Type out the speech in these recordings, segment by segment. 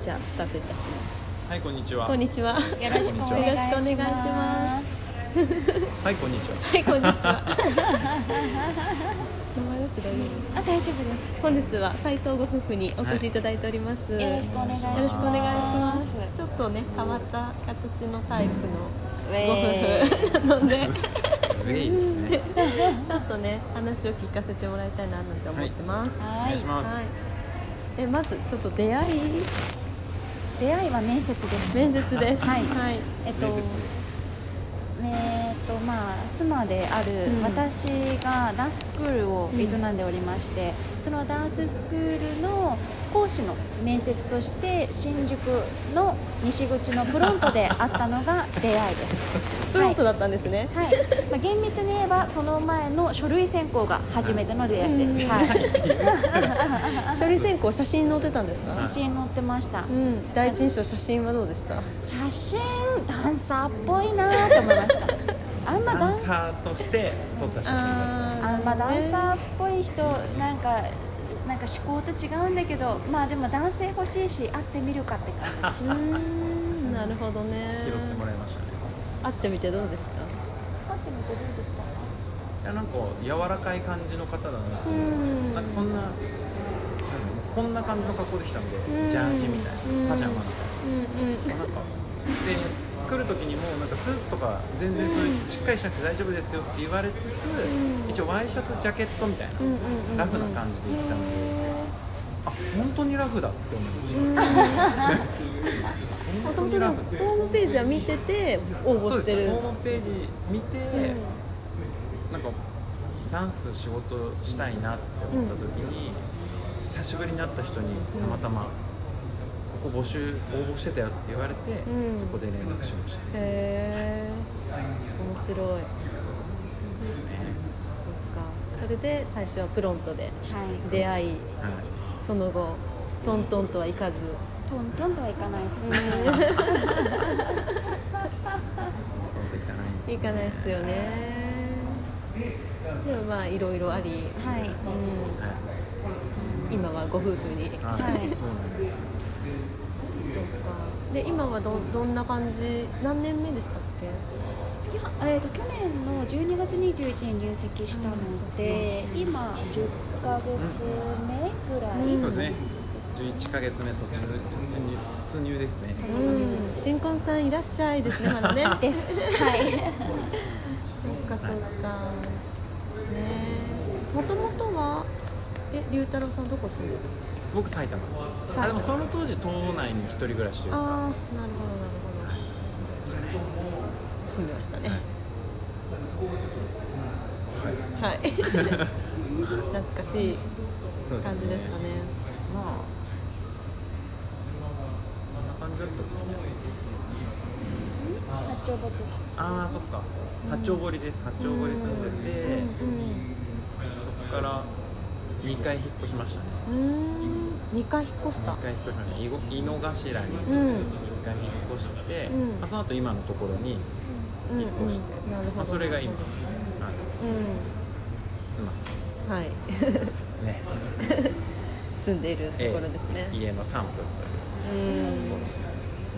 じゃあスタートいたしますはいこんにちはこんにちははよろしくお願いします。よろしくお願いしまはいこん にちはいこんにちは名前出して大丈夫ですあ、大丈夫本日は斉藤ご夫婦にお越しいただいております、です。よろしくお願いします。よろしくお願いしますちょっとね変わった形のタイプのご夫婦なのでウェイですねちょっとね話を聞かせてもらいたいななんて思ってます、はおは願いいし。いますえまずちょっと出会い出会いは面接です。面接ですはいはい、えっと、面接えっとまあ妻であるうん私がダンススクールを営んでおりまして、そのダンススクールの講師の面接として新宿の西口のフロントであったのが出会いです。プロントだったんですね、はい、まあ、厳密に言えばその前の書類選考が初めての出会いです、はい、書類選考写真載ってたんですか写真載ってましたうん、第一印象写真はどうでした写真ダンサーっぽいなと思いましたあんまダダンンサーとして撮った写真だああんまダンサーーっぽい人なんかなんか思考と違うんだけどまあでも男性欲しいし会ってみるかって感じうでしーん なるほどね拾ってもらいましたね会ってみてどうでしたた会ってみてどうでしたいやなんか柔らかい感じの方だなと思ってんなんかそんななんですかこんな感じの格好できたんでうんジャージみたいうんなパジャマみうたいななんかで来る時にもなんかスーツとか全然それしっかりしなくて大丈夫ですよって言われつつん一応ワイシャツジャケットみたいんうんうんうんうんなラフな感じで行ったのであ本当にラフだって思いましたもと本当もにとでラもフホームページは見てて応募そうしてでるすホームページ見て、うなんかダンス仕事したいなって思った時に、久しぶりに会った人にたまたま「ここ募集応募してたよ」って言われて、うんそこで連絡しましたねんへえ面白いそっかそれで最初はプロントではい出会いはいその後トントンとはいかずトントンとはいかないです、その時からないんですいかないですよねでもまあいろいろあり、はうん、いはい今はご夫婦にそうかはいはいそうなんですよで今はどどんな感じ何年目でしたっけいや、えー、と去年の12月21日に入籍したので、今10ヶ月目ぐらい、うんそうですね11ヶ月目突入突入突入ですねうん新婚さんいらっしゃいですねまだねですはいそっかそっかねもともとはえ龍太郎さんどこ住んで僕埼玉埼玉あでもその当時島内に一人暮らしというたかああなるほどなるほど住んでましたね住んでましたねはい、懐かしいそう感じですかねまあこんな感じだったか八丁ボトなあーそっか八丁堀です 八丁堀住んでてそこから2回引っ越しましたねうんうんうーん2回引っ越した2回引っ越しましたねいご井の頭にうんうん1回引っ越して、うんまあ、その後今のところにうん引っ越して、なるほどまあ、それが今あのう妻んはい ね住んでいるとええころですね、家の3分というところうです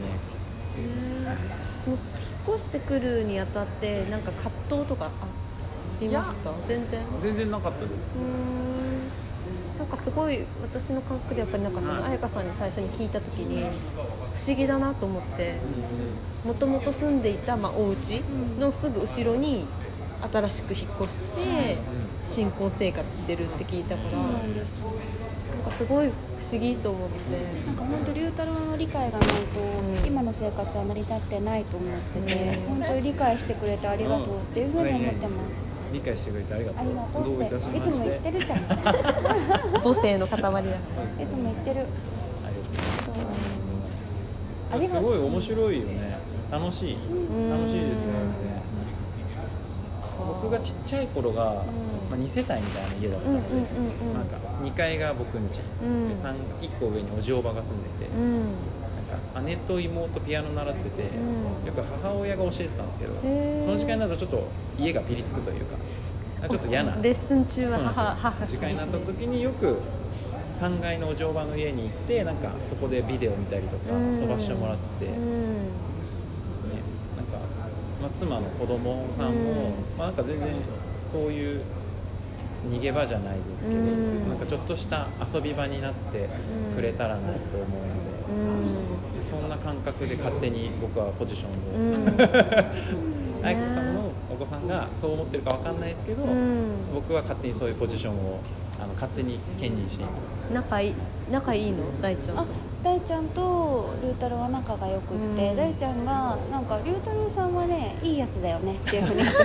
ねんねその引っ越してくるにあたってなんか葛藤とかありました全然全然なかったですうんなんかすごい私の感覚でやっぱりなんかそのはい彩香さんに最初に聞いた時に不思議だなと思ってもともと住んでいた、まあ、お家のすぐ後ろに新しく引っ越して新婚生活してるって聞いたからそうななんんですかすごい不思議と思って。なんか本当龍太郎の理解がないと、うん今の生活は成り立ってないと思ってて、うん本当に理解してくれてありがとうっていうふうに思ってます、理解してくれてありがとあうりがとどうういってたいしましてつも言ってるじゃんい母性の塊だ。つも言ってるありがとうございますありがすとうごい面白いよね楽しいん楽しいですよねうん僕がちっちゃい頃が、まあ、2世帯みたいな家だったのうで、んうんうんうんなんか2階が僕ん家、うんで三1個上におじおばが住んでて、うん。なんか姉と妹ピアノ習ってて、うんよく母親が教えてたんですけどへーその時間になるとちょっと家がピリつくというかちょっと嫌なレッスン中そうは母なん母ですよ時間になったに時によく3階のお嬢場の家に行ってなんかそこでビデオ見たりとかうん遊ばしてもらってて、うね、んなんか、まあ、妻の子供さんも、うんまあ、なんか全然そういう逃げ場じゃないですけど、うんなんかちょっとした遊び場になってくれたらなと思うのうで、そんな感覚で勝手に僕はポジションを。んうん愛子さんのお子さんがそう思ってるかわかんないですけど、うん僕は勝手にそういうポジションをあの勝手に兼任しています仲いい仲いいの大ちゃんとあ大ちゃんと龍太郎は仲がよくって、うん大ちゃんがなんか龍太郎さんはねいいやつだよねっていうふうに言って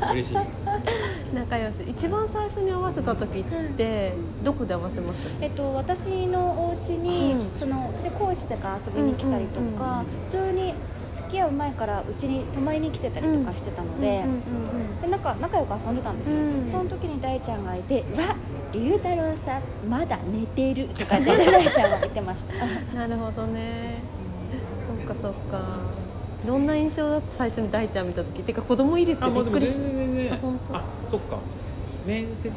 ます 嬉しいです仲良し一番最初に合わせた時ってどこで合わせました えっと私のお家に、うんそので講師とか遊びに来たりとか、普通に付き合う前からうちに泊まりに来てたりとかしてたので、うんでなんか仲良く遊んでたんですよ、うんその時に大ちゃんがいて「わ龍太郎さんまだ寝てる」とかって 大ちゃんは言ってましたなるほどねそっかそっかどんな印象だった最初に大ちゃん見た時てか子供いるってあびもっうでもくりし全然全然あ本当あそっか面接、ん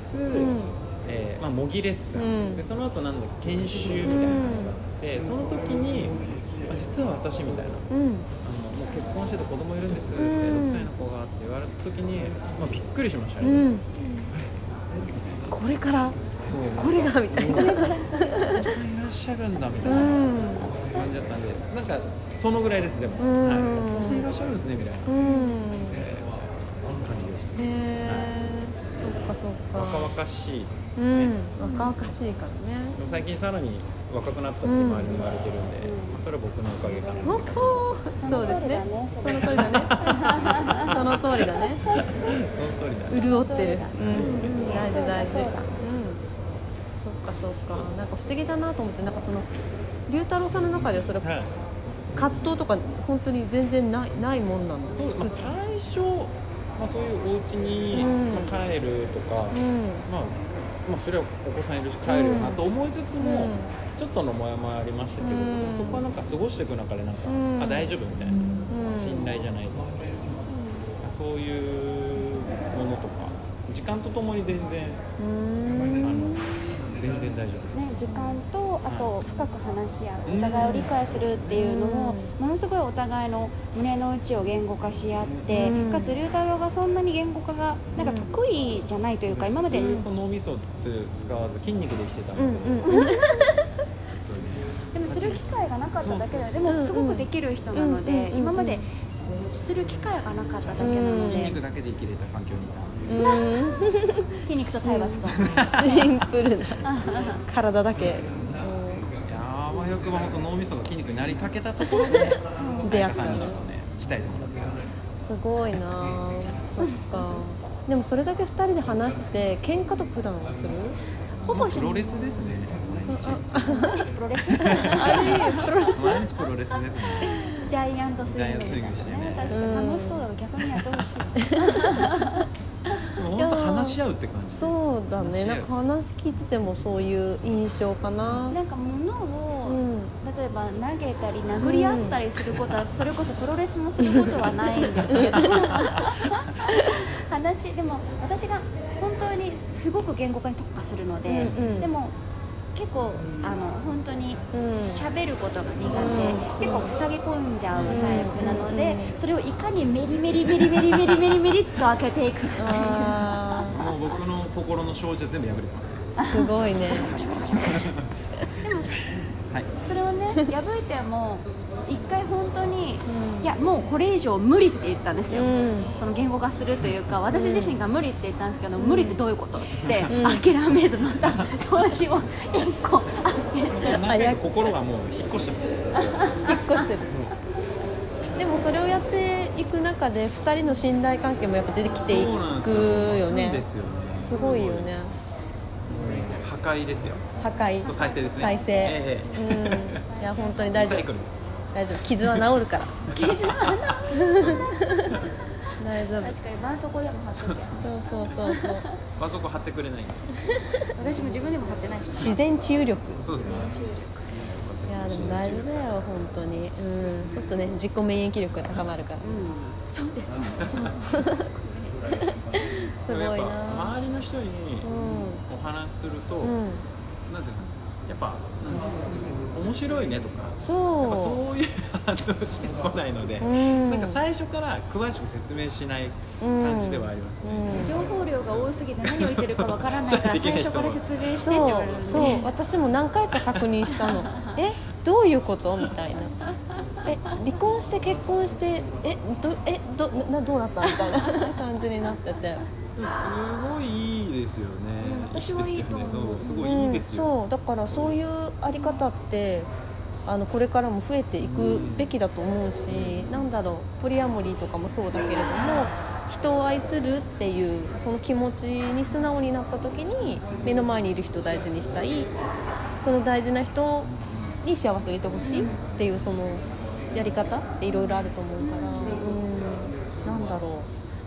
えーまあ、模擬レッスン、うんでその後なんだっけ研修みたいなのがあって、その時にあ実は私みたいなうんあのもう結婚してて子供いるんですって、うん6歳の子がって言われた時に、まあ、びっくりしましたうね、んこれからそうこれがみたいなお子さんいらっしゃるんだみたういな、ん感じだったんでなんかそのぐらいですでも、うんはい、お子さんいらっしゃるんですねみたいな、うんえー感じでしたへえそっかそっか若々しいですうね、ん若々しいからねでも最近さらに若くなったって周りに言われてるんで、うんまあそれは僕のおかげかな、ほほそそうので通すりねだねその通りだねその通りだねその通りだね潤ってる、ううん、大事そうだ大事そううんだそっかそっかなんか不思議だなと思ってなんかその龍太郎さんの中ではそれはい葛藤とか本当に全然ないないもんなのそうまあ、最初、まあ、そういうお家に、うんまあ帰るとか、うんまあまあ、それはお子さんいるし帰るよなと思いつつも、うんちょっとのモヤモヤありましたけど、うんそこはなんか過ごしていく中でなんか、うんあ大丈夫みたいな、ん信頼じゃないですけど、そういうものとか時間とともに全然、うあんの全然大丈夫ね、時間とあと深く話し合うお互いを理解するっていうのもものすごいお互いの胸の内を言語化し合ってうんかつ龍太郎がそんなに言語化がなんか得意じゃないというか今までずでっと脳みそって使わず筋肉できてたので、うん本うん当にもする機会がなかっただけそうそうででうんうもんすごくできる人なのうんうんうでんうん今までする機会がなかっただけなの筋で肉だけで生きれた環境にいたんで、うん筋肉と体罰と シンプルな体だけいやーあわよくば本当脳みそが筋肉になりかけたところで出彩会香ったさんのにちょっとね鍛えてもらってすごいなそっかでもそれだけ2人で話してて喧嘩とか普段はするほぼしプないロレスですね毎日毎日プロレス毎日プロレスですねジャイアントスイングみたいなジャイアンねト確スイかングしてねに楽しそうだろ逆にやってほしいでも本当話し合うって感じですそうだねなんか話し合う話聞いててもそういう印象かななんか物を、うん例えば投げたり殴り合ったりすることは、それこそプロレスもすることはないんですけど話でも私が本当にすごく言語化に特化するので、うんうんでも結構あの本当にうん喋ることが苦手、う結構塞ぎ込んじゃうタイプなので、うんそれをいかにメリメリメリメリメリメリメリっと開けていくかあもう僕の心の障子は全部破れてますねーすご いねはいそれをね破いても一回本当に、いやもうこれ以上無理って言ったんですよ、うんその言語化するというか私自身が無理って言ったんですけど、ん無理ってどういうことっつって、うん諦めずまた調子を一個上げてなんか心がもう引っ越してます引っ越してるでもそれをやっていく中で2人の信頼関係もやっぱ出てきていくよそうなんねですよすごいよね破壊ですよ破壊と再生ですね再生えうんい や本当にリ大丈サイ夫クルです大丈夫傷は治るから大丈夫確かに絆創膏でも貼っててそうそうそうそうあそこ貼ってくれないんで私も自分でも貼ってないし自然治癒力そうですねいやでも大事だよ本当にうんそうするとね自己免疫力が高まるからうんそうですねすごいやっなぱ周りの人にうんお話しすると、うんなんていうんですかねやっぱ面白いねとかやっぱそそういう反応してこないので、んなんか最初から詳しく説明しない感じではありますう、うね、ん、情報量が多すぎて何を言ってるかわからないからそう最初から説明してって言そわれるうねそう私も何回か確認した のえどういうことみたいなえ離婚して結婚してえどえどなどうだったみたいな感じになっててでもすごいいいですよね、うん私はいいと思うですよねそうすごういいいんですよ、そうだからそういうあり方ってあのこれからも増えていくべきだと思うし、なんだろうポリアモリーとかもそうだけれども人を愛するっていうその気持ちに素直になった時に目の前にいる人を大事にしたいその大事な人に幸せでいてほしいっていうそのやり方っていろいろあると思うから、うん、なんだろう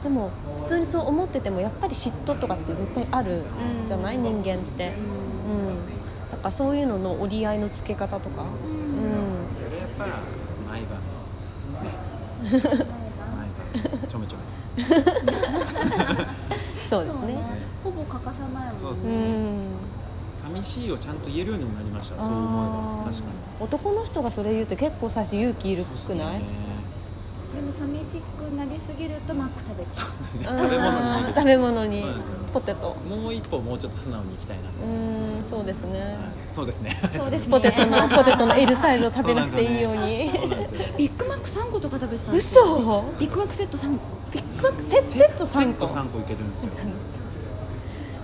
でも普通にそう思っててもやっぱり嫉妬とかって絶対あるじゃない、人間って、うん、だからそういうのの折り合いのつけ方とか、うんそれやっぱ毎晩毎晩ちょめちょめですそうですねほぼ欠かさないそうでもんすうねねん寂しいをちゃんと言えるようにもなりましたそう思えば確かにあー男の人がそれ言うって結構最初勇気いるそうっすくない、でも寂しくなりすぎるとマック食べちゃうねあー食べ物に食べ物にそうですよポテトもう一歩もうちょっと素直に行きたいなと、うんそうですねはいそうですねそうですねポテトのポテトの L サイズを食べなくていいようそうになんですよねビッグマック3個とか食べてたんですよ嘘ビッグマックセット3個ビッグマックセセットセッ3ト個3個いけるんで すよ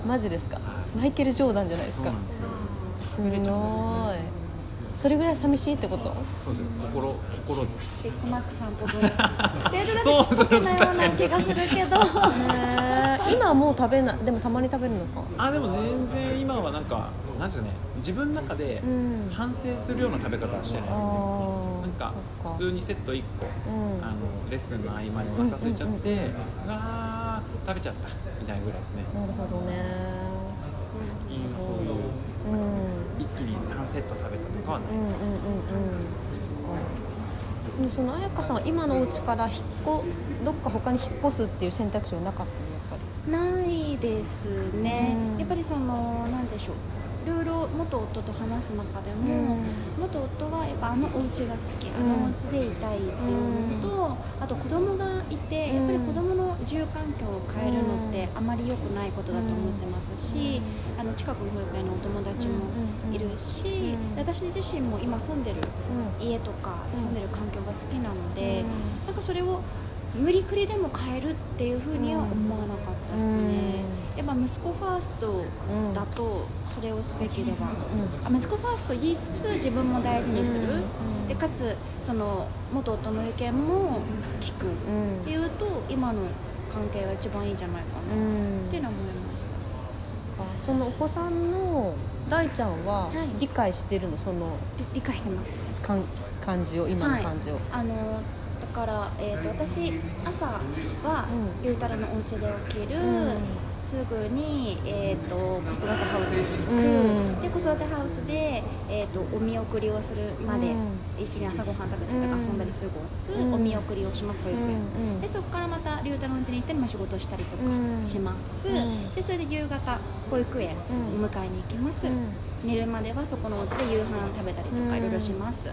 マジですかはいマイケル・ジョーダンじゃないですそうかなんですよすごいそれぐらい寂しいってことそうですよ心心ですビッグマック3個分です レールだそうけちょっとないような気がするけど今はもう食べないでもたまに食べるのかあでも全然今はなんかなんていうのね自分の中でうん反省するような食べ方はしてないですね、あーなんかそっか普通にセット1個、うんあのレッスンの合間にお腹空いちゃって、うわー食べちゃったみたいなぐらいですね、なるほどね今そういううんうん一気に3セット食べたとかはない、うんうんうんそっかでもその彩香さんは今のお家から引っ越すどっか他に引っ越すっていう選択肢はなかったのやっぱりないですね、うんやっぱりそのなんでしょういろいろ元夫と話す中でも、元夫はやっぱあのお家が好き、あのお家でいたいっていうのと、あと子供がいて、うんやっぱり子供の住環境を変えるのってあまり良くないことだと思ってますし、あの近くの保育園のお友達もいるし、うん私自身も今住んでる家とかうん住んでる環境が好きなので、うんなんかそれを無理くりでも変えるっていうふうには思わなかったですね、やっぱ息子ファーストうんだとそれをすべきでは、あ息子ファースト言いつつ自分も大事にする、うんでかつその元夫の意見も聞く、うっんていうと今の関係が一番いいんじゃないかな、っんていうのは思いましたそのお子さんの大ちゃんははい理解してるのそのり理解してますかん感じを今の感じを、あのだから、えー、と私朝はうんゆうたらのお家で起きる、うんすぐに、えー、と子育てハウスに行く、うんで子育てハウスで、えー、とお見送りをするまで、うん一緒に朝ごはん食べたりとかうん遊んだり過ごす、うんお見送りをします保育園、うんうんでそこからまたりゅうたらの家に行ったり、まあ、仕事したりとかうんします、うんでそれで夕方保育園うん迎えに行きます、うん寝るまではそこのお家で夕飯食べたりとうんかいろいろします、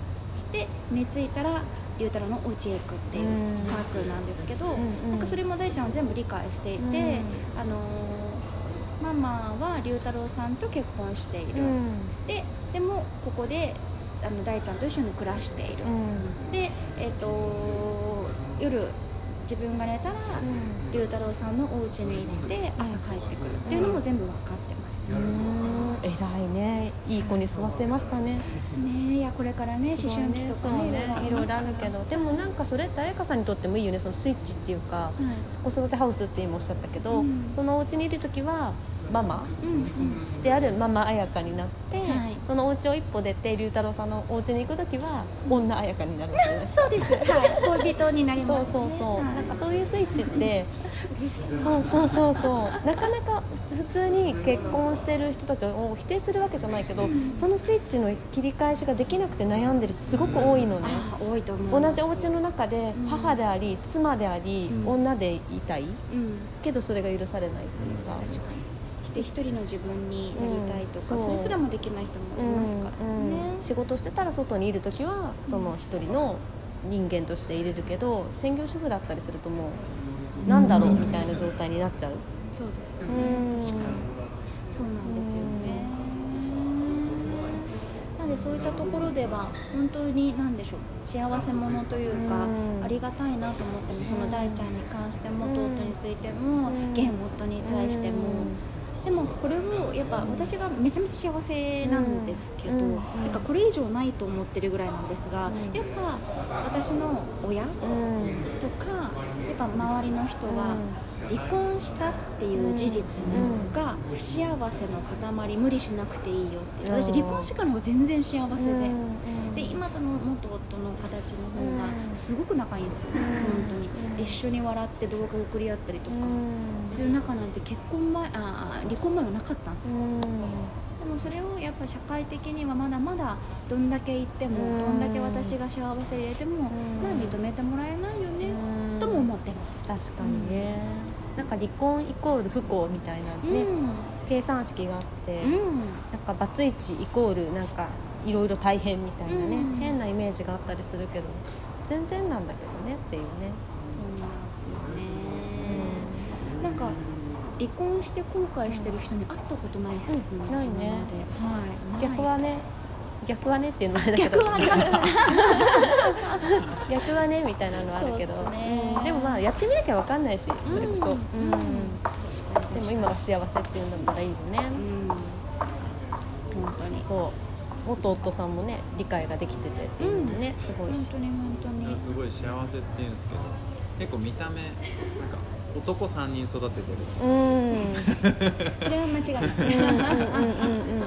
で寝ついたら龍太郎のお家へ行くっていうんうサークルなんですけど、んうんなんかそれも大ちゃんは全部理解していて、うんあのーママは龍太郎さんと結婚している、ででもここであの大ちゃんと一緒に暮らしている、でえっ、と夜自分が寝たら龍太郎さんのお家に行って朝帰ってくるっていうのも全部分かってます、うん偉いねいい子に育てましたねねえいやこれからね思春期とかそうねねいろいろあるけどでもなんかそれって彩香さんにとってもいいよねそのスイッチっていうかはい子育てハウスって今おっしゃったけど、うんそのお家にいる時はママうんうんであるママ彩香になって、はいそのお家を一歩出て龍太郎さんのお家に行く時は女彩香になるんじゃ ないですかそうですはい恋人になりそまうすねそうそう、はいなんかそういうスイッチってですそうそうそうそうなかなかふ普通に結婚してる人たちを否定するわけじゃないけどそのスイッチの切り返しができなくて悩んでる人すごく多いのねあ多いと思い同ますじお家の中でうん母であり妻でありうん女でいたいうんけどそれが許されないっていうか確かにきて一人の自分になりたいとか、うんそうそれすらもできない人もいますからね、仕事してたら外にいる時はその一人の人間として入れるけど専業主婦だったりするともうなんだろうみたいな状態になっちゃう、そうですね、うん確かにそうなんですよね、なのでそういったところでは本当に何でしょう幸せ者というか、うんありがたいなと思ってもその大ちゃんに関しても、弟についても、うん現夫に対しても、でもこれをやっぱ私がめちゃめちゃ幸せなんですけど、うんうんてかこれ以上ないと思ってるぐらいなんですが、うんやっぱ私の親うんとかやっぱ周りの人は離婚したっていう事実が不幸せの塊無理しなくていいよっていう私うん離婚してからの方が全然幸せで。うんで今との元夫の形の方うんがすごく仲いいんですよ、ん本当に、うん一緒に笑って動画を送り合ったりとうか、んする中なんて結婚前ああ離婚前はなかったんですうよ、んでもそれをやっぱ社会的にはまだまだどんだけ言っても、うんどんだけ私が幸せでいても、うんまあ認めてもらえないよね、うんとも思ってます、確かにねなんか離婚イコール不幸みたいなうんね、計算式があって、うんなんかバツイチイコールなんかいろいろ大変みたいなね、うん変なイメージがあったりするけど全然なんだけどねっていうね、そうなんですよね、なんか離婚して後悔してる人に会ったことないですもん、うんないね今まではい逆はね逆はねっていうのはあれだけど逆はあります 逆はねみたいなのはあるけどそうっすねうんでもまあやってみなきゃわかんないしそれこそ、うんうん確かにでも今は幸せっていうんだったらいいよね、うん本当にそう元夫さんもね理解ができててっていうのもね、すごい本し当に本当にすごい幸せって言うんですけど結構見た目なんか男3人育ててるうんうんうんうんそれは間違いないうんうんうん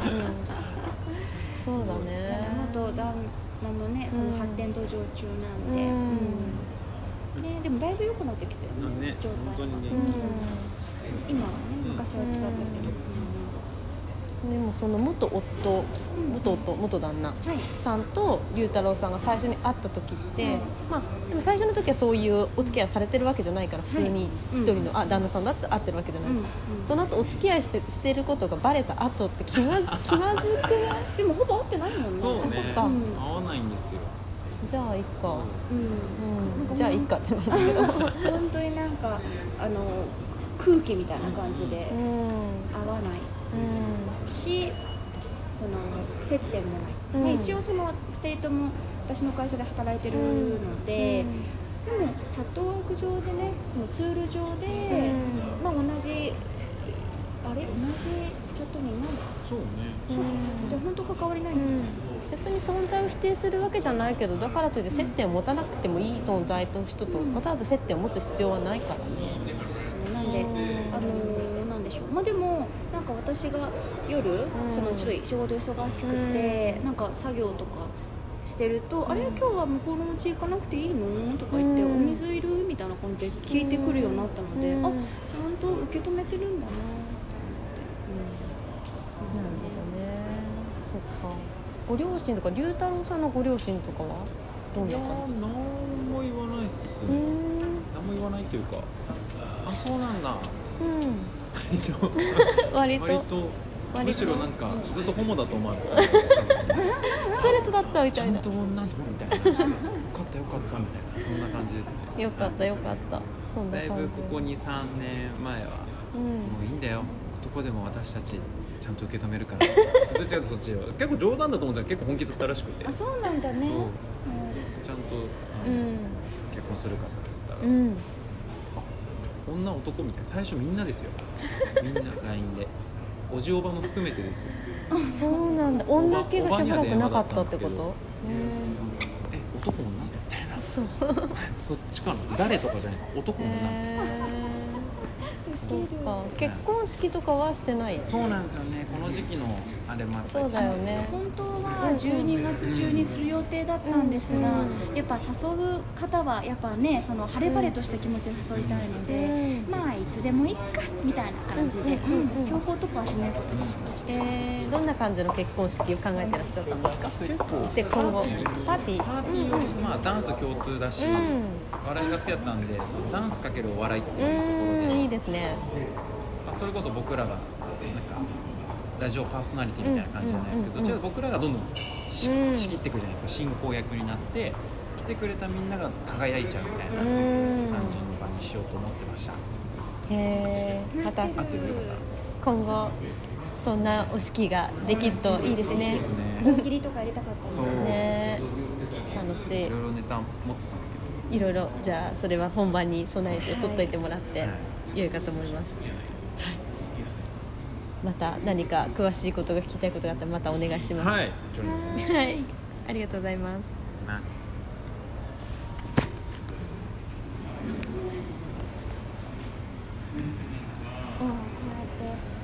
そうだね元旦那もねその発展途上中なんで、うんね、でもだいぶ良くなってきたよねね状本当態がにね今はね昔は違ったけど、うんでもその元夫うん元夫元旦那はいさんと龍太郎さんが最初に会った時って、まあ、でも最初の時はそういうお付き合いされてるわけじゃないから普通に一人の、あ旦那さんだって会ってるわけじゃないですか、うんうんその後お付き合いしてしてることがバレた後って気まず気まずくないでもほぼ会ってないもんねそうそねっ合かわないんですよじゃあいっか、うんうん、じゃあいっかってなるけど本当になんかあの空気みたいな感じでうん合わないしその接点もない、うんまあ一応その2人とも私の会社で働いてるので、でもチャットワーク上でねそのツール上で、まあ同じあれ同じチャットにいないそうねうんうんじゃあ本当関わりないんですよ、別に存在を否定するわけじゃないけどだからといって接点を持たなくてもいい存在の人とうんわざわざ接点を持つ必要はないからね。そうなんで、うんあのーなんでしょうまあでもなんか私が夜、んそのちょっと仕事忙しくて、なんか作業とかしてると、あれ今日は向こうの家行かなくていいのとか言って、うんお水いるみたいな感じで聞いてくるようになったので、うんあちゃんと受け止めてるんだなと思って、うんなるほどね。そっか。ご両親とか龍太郎さんのご両親とかはどんいなやー感じ？何も言わないっすうーねん何も言わないというかあそうなんだう割とん。 割割とと割とむしろなんかずっとホモだと思われてたちストレートだったみたゃいんなと。女の子みたいなよかったよかったみたいなそんな感じですねよかったよかった。そんなだい感じ。ぶここ23年前はうんもういいんだよ男でも私たちちゃんと受け止め るからずっちそっちよ結構冗談だと思ったら結構本気だったらしくてあそうそうなんだね、ちゃんとあうの、ん結婚するからっつったら、うん。女男みたいな最初みん なですよみんな LINE でおじおばも含めてですよあそうなんだ。女系がしばらくなかったってこおばには電話だったんですけどと？へえ男女 みたいなーそう。そっちかな誰とかじゃないです男女、そうか結婚式とかはしてないそうなんですよねこの時期のあれもあったりそうだよね本当は12月中にする予定だったんですが、やっぱ誘う方はやっぱねその晴れ晴れとした気持ちで誘いたいので、うんまあいつでもいいかみたいな感じで、うんうんうんうん強行突破はしないことにしました、えー、どんな感じの結婚式を考えてらっしゃったんですか結構で今後パーティパーーティーより、まあ、ダンス共通だし、うん笑いが好きだったんでそのダンスかけるお笑いってういうところーでんいいですねまあ、それこそ僕らがラジオパーソナリティみたいな感じじゃないですけど、うんうんうんうんじゃあ僕らがどんどんしうん仕切っていくじゃないですか進行役になって来てくれたみんなが輝いちゃうみたいうな感じんの場にしようと思ってました、へえまた合ってるよかった今後そんなお式ができるといいですねそうですね切りとか入れたかったそうのね楽しいろいろネタ持ってたんですけどいいろいろじゃあそれは本番に備えて取っといてもらって良いかと思います、はい、また何か詳しいことが聞きたいことがあったらまたお願いしますはいジョニーはい、ありがとうございますいますうんこうやって